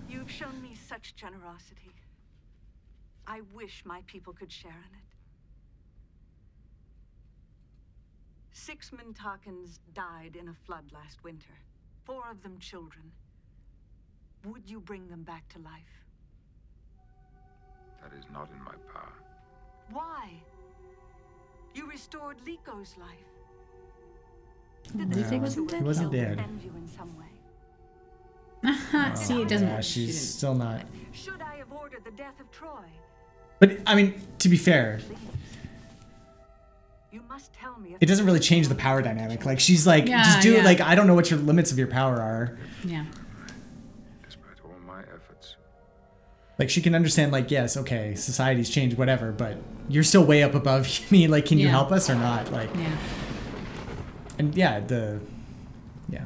You've shown me such generosity. I wish my people could share in it. Six Mintakans died in a flood last winter, four of them children. Would you bring them back to life? That is not in my power. Why? You restored Liko's life. Did they Oh, Yeah. take some He wasn't dead? dead. Defend you in some way. [laughs] [laughs] Uh-huh. See, it doesn't Oh, Yeah, work. She she's didn't. still not. Should I have ordered the death of Troy? But I mean, to be fair, You must tell me if it doesn't really change the power dynamic. Like she's like, Yeah, just do yeah. it. Like I don't know what your limits of your power are. Yeah. Despite all my efforts, Like she can understand. Like yes, okay, society's changed, whatever. But you're still way up above [laughs] me. Like can you Yeah. help us or not? Like Yeah. and yeah, the yeah.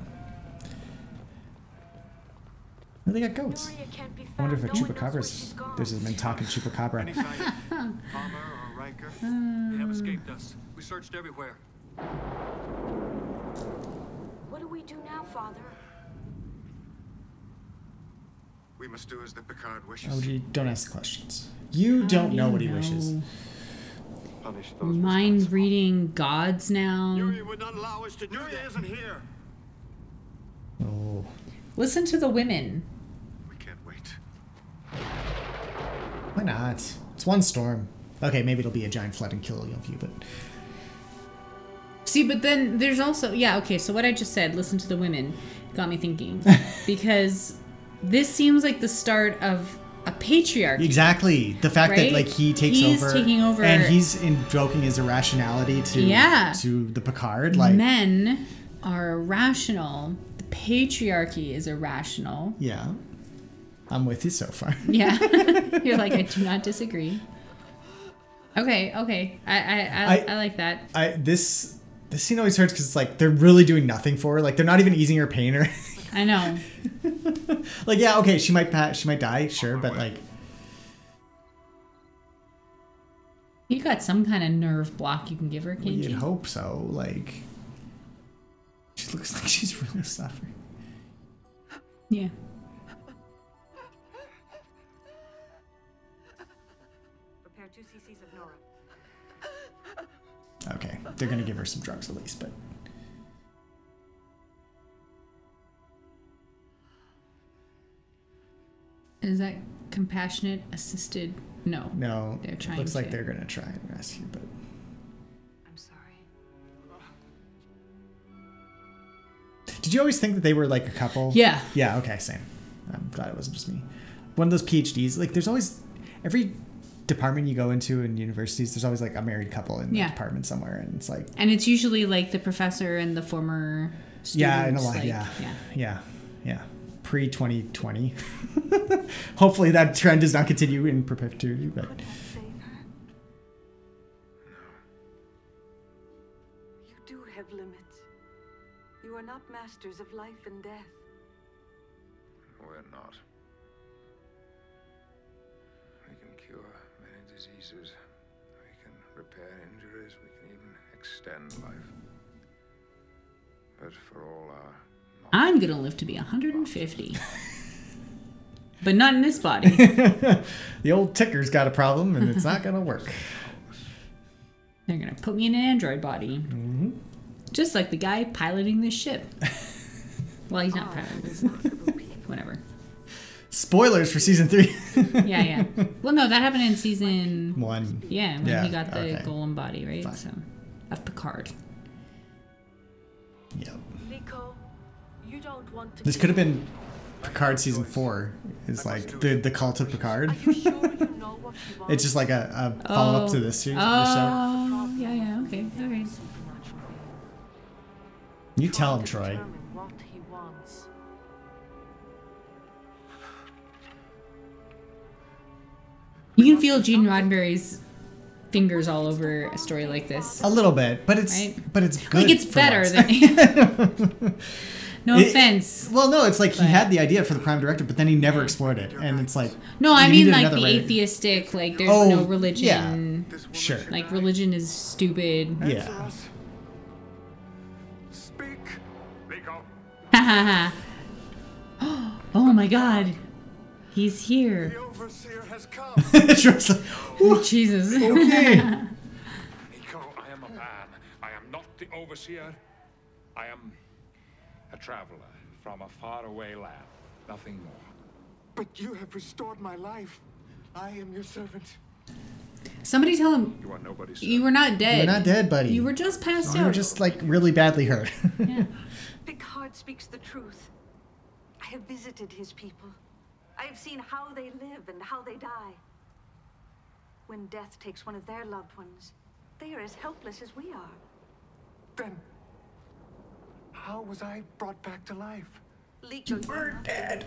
No, They got goats. I wonder if a chupacabras. There's a Mintakan chupacabra. Palmer or Riker? They have Hmm. escaped us. We searched everywhere. What do we do now, Father? We must do as the Picard wishes. Oh, gee, don't ask the questions. You don't know what he wishes. Punish those. Mind reading gods now. would not allow us to do Nuria isn't here. Oh. Listen to the women. We can't wait. Why not? It's one storm. Okay, maybe it'll be a giant flood and kill all of you, but See, but then there's also yeah, okay, so what I just said, listen to the women, got me [laughs] thinking. because this seems like the start of a patriarchy. exactly the fact that Right? like he takes He's over, taking over- and he's invoking his irrationality to Yeah. to the Picard. Like Men are irrational. The patriarchy is irrational. Yeah. I'm with you so far. [laughs] [laughs] Yeah. You're like, I do not disagree. Okay, okay. I I, I, I- I like that. I this this scene always hurts because it's like they're really doing nothing for her. Like they're not even easing her pain or [laughs] I know. like yeah okay she might pa- she might die sure but like You got some kind of nerve block you can give her, can't you'd you? hope so like she looks [laughs] like she's really suffering. Yeah. Prepare two cc's of Nora. Okay, they're gonna give her some drugs at least, but Is that compassionate assisted? No. no, They're it trying looks like to. they're gonna try and rescue. But I'm sorry. did you always think that they were like a couple? Yeah. Yeah. Okay. Same. I'm glad it wasn't just me. One of those PhDs. Like, there's always every department you go into in universities. There's always like a married couple in Yeah. the department somewhere, and it's like And it's usually like the professor and the former student. yeah, in a lot. like- yeah. Yeah. Yeah. Yeah. Pre 2020. [laughs] Hopefully that trend does not continue in perpetuity, but. You do have limits. You are not masters of life and death. We're not. We can cure many diseases. We can repair injuries. We can even extend life. But for all our I'm going to live to be 150. but not in this body. [laughs] the old ticker's got a problem and it's not going to work. They're going to put me in an android body. Mm-hmm. Just like the guy piloting [laughs] this ship. well, he's not piloting this. [laughs] Whatever. Spoilers for season three. [laughs] Yeah, yeah. Well, no, that happened in season One. Yeah, when Yeah, he got the okay. golem body, right? So, of Picard. Yep. Nico, you don't want to. This could have been Picard season four, is like the, the cult of Picard. [laughs] it's just like a, a follow up to this series. This show. Oh, yeah, yeah. Okay, all right. You tell him, Troy. What he wants. You can feel Gene Roddenberry's fingers all over a story like this. A little bit, but it's Right. but it's good. like it's for better once. [laughs] than. no It- offense. [laughs] Well, no, it's like he had the idea for the prime directive, but then he never explored it, and it's like No, I you mean needed like another the writer. atheistic. Like there's Oh, no religion. yeah. Sure. Like religion is stupid. Yeah. [laughs] [laughs] Ha ha [gasps] Oh my God, he's here. Troy's like, Oh, Jesus. Okay. Nico, I am a man. I am not the overseer. I am a traveler from a faraway land. Nothing more. But you have restored my life. I am your servant. [laughs] Somebody tell him You are nobody's you were not dead. You're not dead, buddy. You were just passed You were out. just [laughs] like really badly [laughs] hurt. Picard speaks the truth. I have visited his people. I have seen how they live and how they die. When death takes one of their loved ones, they are as helpless as we are. Then, how was I brought back to life? Lico, you are not dead.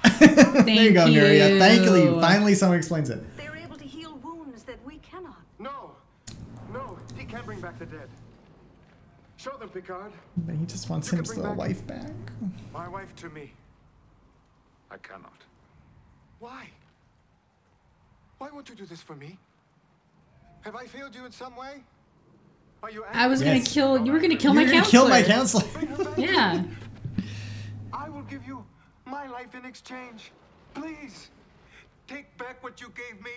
there you go, Thank Nuria. you. Thankfully, finally someone explains it. They are able to heal wounds that we cannot. No, no, he can't bring back the dead. Show them, Picard. But he just wants You can his bring little back- wife back. My wife to me. I cannot. Why? Why won't you do this for me? Have I failed you in some way? Are you I was gonna Yes. kill. You were gonna kill You're my gonna counselor. kill my counselor. yeah. I will give you my life in exchange. Please, take back what you gave me.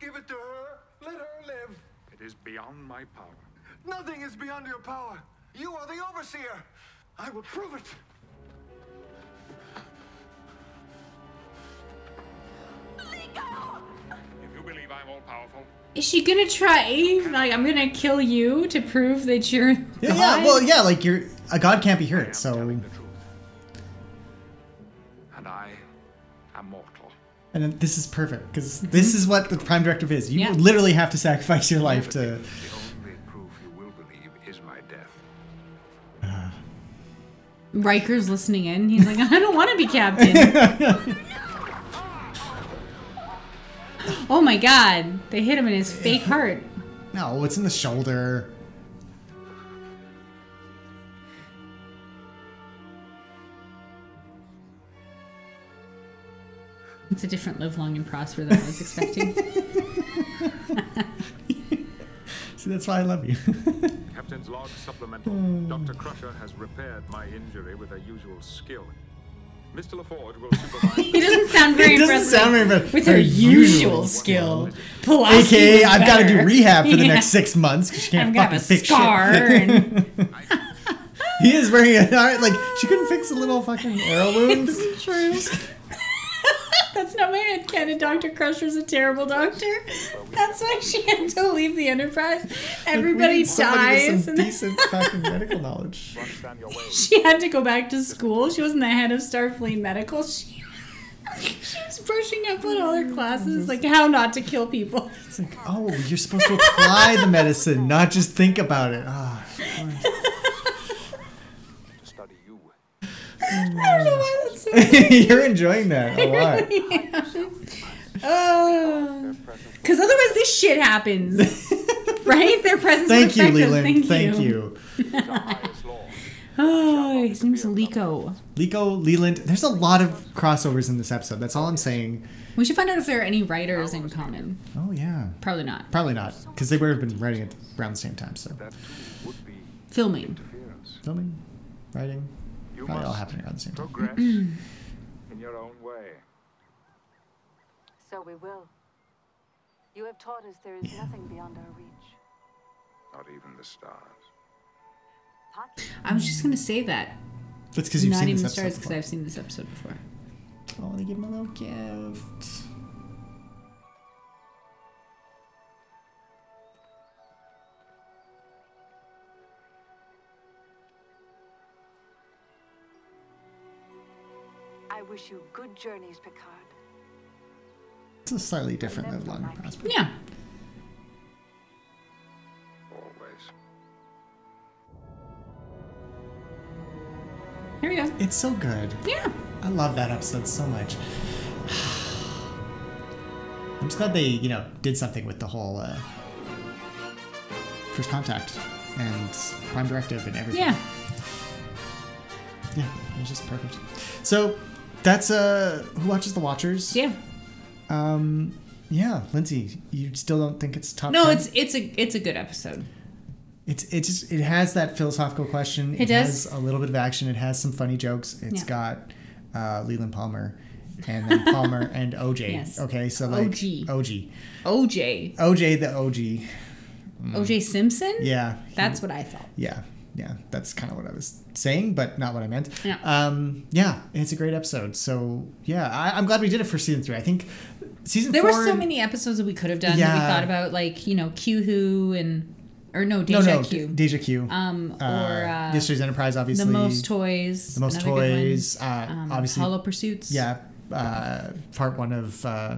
Give it to her. Let her live. It is beyond my power. Nothing is beyond your power. You are the overseer. I will prove it. If you believe I'm all powerful, Is she gonna try? Like I'm gonna kill you to prove that you're. [laughs] Yeah, yeah, well, yeah, like you're a god can't be hurt, so And I am mortal. and then this is perfect because Mm-hmm. this is what the prime directive is. You Yeah. literally have to sacrifice your life to. The only proof you will believe is my death. Riker's listening in. He's like, I don't want to [laughs] be captain. oh my god. They hit him in his fake heart. No, it's in the shoulder. It's a different live long and prosper than I was expecting. See, that's why I love you. Captain's log supplemental. Hmm. Dr. Crusher has repaired my injury with her usual skill. Mr. LaForge will supervise. [coughs] He doesn't sound [laughs] very it doesn't impressive. sound very impressive. With her usual skill. Pulaski AKA, was I've got to do better. rehab for the Yeah. next six months 'cause she can't I've got fucking a fix [laughs] scar shit. and- he is wearing a all right, like she couldn't fix a little fucking [laughs] arrow wound. It's true. That's not my head canon. Dr. Crusher's a terrible doctor. That's why she had to leave the Enterprise. we Everybody need somebody with dies. Some and [laughs] decent fucking medical knowledge. she had to go back to school. She wasn't the head of Starfleet Medical. She, [laughs] she was brushing up on all her Mm, classes, like how not to [laughs] kill people. It's like, oh, you're supposed to apply the medicine, not just think about it. Ah, [laughs] I don't know why that's so funny. you're enjoying that a [laughs] I lot. really am. Oh, because otherwise this [laughs] shit happens, right? Their presence. Thank you, affects us. Leland. Thank [sighs] you. oh, his name's Liko. Liko, Leland. There's a lot of crossovers in this episode. That's all I'm saying. We should find out if there are any writers in common. Oh yeah. Probably not. Probably not, because they would have been writing it around the same time. So Filming. filming, writing, probably all happening around the same time. Progress in your own way. So we will. You have taught us there is nothing beyond our reach. Not even the stars. I was just gonna say that. That's because you've not seen even this episode stars because I've seen this episode before. I want to give him a little gift. I wish you good journeys, Picard. It's a slightly different than Long and Prosper. Yeah. Always. Here we go. It's so good. Yeah. I love that episode so much. [sighs] I'm just glad they, you know, did something with the whole uh, first contact and prime directive and everything. Yeah. Yeah, it was just perfect. So that's uh who watches the Watchers? Yeah. Um yeah, Lindsay, you still don't think it's top No, 10? it's it's a it's a good episode. It's it just it has that philosophical question. It does. has a little bit of action. It has some funny jokes. It's Yeah. got uh, Leland Palmer, [laughs] and then Palmer and OJ. Yes. Okay, so like OG. OG, OJ. OJ the OG. Mm. OJ Simpson? Yeah, That's what I thought. yeah, yeah. That's kind of what I was saying, but not what I meant. Yeah. Um, yeah, it's a great episode. So yeah, I, I'm glad we did it for season three. I think season There four. were so many episodes that we could have done that we Yeah. thought about, like, you know, Q Who and or no, No, Deja no, Q. Deja Q. Um, or, uh, Yesterday's Enterprise, obviously. the most toys. The most another good one. toys. Uh, Um, obviously, Hollow Pursuits. Yeah, uh, part one of uh,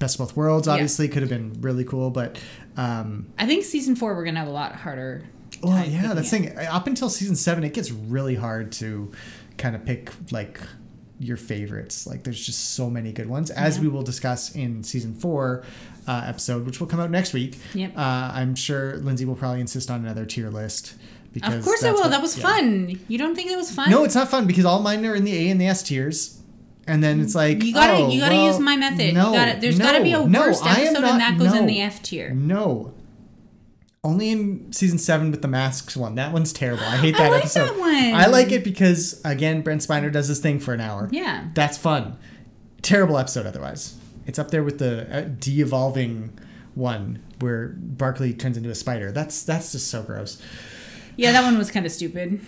Best of Both Worlds. Yeah. Obviously, could have been really cool, but um, I think season four we're gonna have a lot harder. well, yeah, that's the thing. Up until season seven, it gets really hard to kind of pick like your favorites. Like, there's just so many good ones, as we will discuss in season four. Uh, episode which will come out next week. Yep. Uh, I'm sure Lindsay will probably insist on another tier list because Of course I that's will. what- that was yeah. fun. You don't think it was fun? No, it's not fun because all mine are in the A and the S tiers, and then it's like You gotta oh, you gotta well, use my method. No, you gotta, there's no, gotta be a no, worst I am episode not- and that goes in no, the F tier. No, only in season seven with the masks one. That one's terrible. I hate I that like episode. that one. I like it because again, Brent Spiner does his thing for an hour. Yeah. that's fun. Terrible episode otherwise. It's up there with the uh, de-evolving one where Barkley turns into a spider. That's that's just so gross Yeah, that one was kinda [laughs] stupid.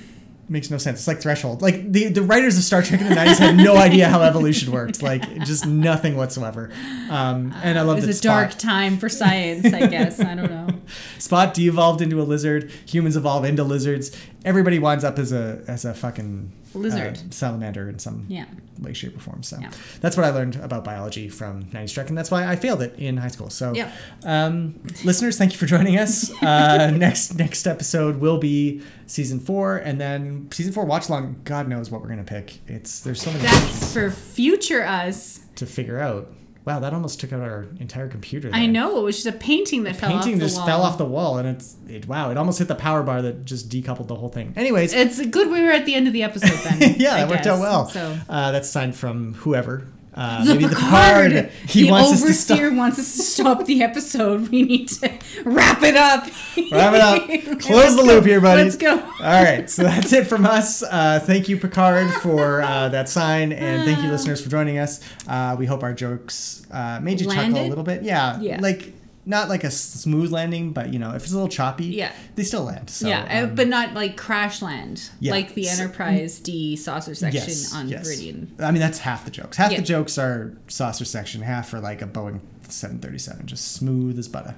makes no sense. It's like Threshold. Like the the writers of Star Trek in the nineties had no idea how evolution worked. Like just nothing whatsoever. Um, and I love it that was a dark Spock- [laughs] Uh, time for science, I guess. I don't know. Spot de-evolved into a lizard. Humans evolve into lizards. Everybody winds up as a as a fucking Lizard. uh, salamander in some Yeah. way, shape, or form. So Yeah. that's what I learned about biology from 90s Trek, and that's why I failed it in high school. So, Yeah. um, listeners, thank you for joining us. Uh, [laughs] next next episode will be season four, and then season four watch along. God knows what we're gonna pick. It's there's so many That's for future us. to figure out. Wow, that almost took out our entire computer. I there. know it was just a painting that fell Painting off the just wall. fell off the wall, and it's it. Wow, it almost hit the power bar that just decoupled the whole thing. Anyways, It's good we were at the end of the episode then. [laughs] yeah, I that worked out guess. well. So Uh, that's signed from whoever. Uh, the maybe Picard, the Picard. He the wants us to stop. overseer wants us to stop the episode. We need to [laughs] wrap it up. [laughs] Wrap it [laughs] up. Close the loop here, buddy. Let's go. All right, so that's it from us. Uh, thank you, Picard, for uh, that sign, and thank you, listeners, for joining us. Uh, we hope our jokes uh, made you chuckle Landed? a little bit. Yeah, Yeah. like not like a s- smooth landing, but you know, if it's a little choppy, Yeah. they still land. So, yeah, uh, um, but not like crash land, Yeah. like the So- Enterprise D saucer section on Meridian. I mean, that's half the jokes. Half Yeah. the jokes are saucer section, half are like a Boeing 737, just smooth as butter.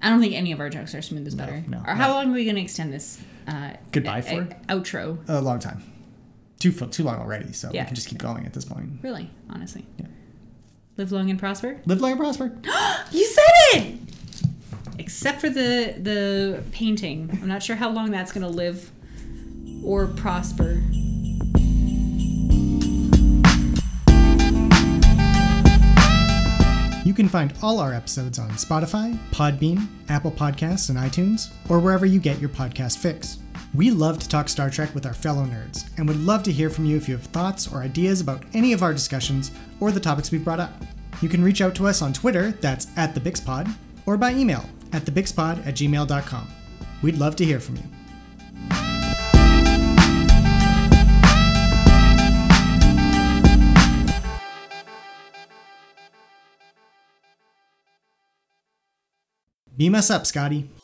I don't think any of our jokes are smooth as butter. no, or how long are we going to extend this? Uh, Goodbye e- for? Oh. e- outro. A long time. Too, fu- too long already, so Yeah. we can just keep going at this point. Really, honestly. Live long and prosper. Live long and prosper. You said it. Except for the the painting, I'm not sure how long that's going to live or prosper. You can find all our episodes on Spotify, Podbean, Apple Podcasts, and iTunes, or wherever you get your podcast fix. We love to talk Star Trek with our fellow nerds and would love to hear from you if you have thoughts or ideas about any of our discussions or the topics we've brought up. You can reach out to us on Twitter, that's at TheBixPod, or by email at TheBixPod at gmail.com. We'd love to hear from you. Beam us up, Scotty.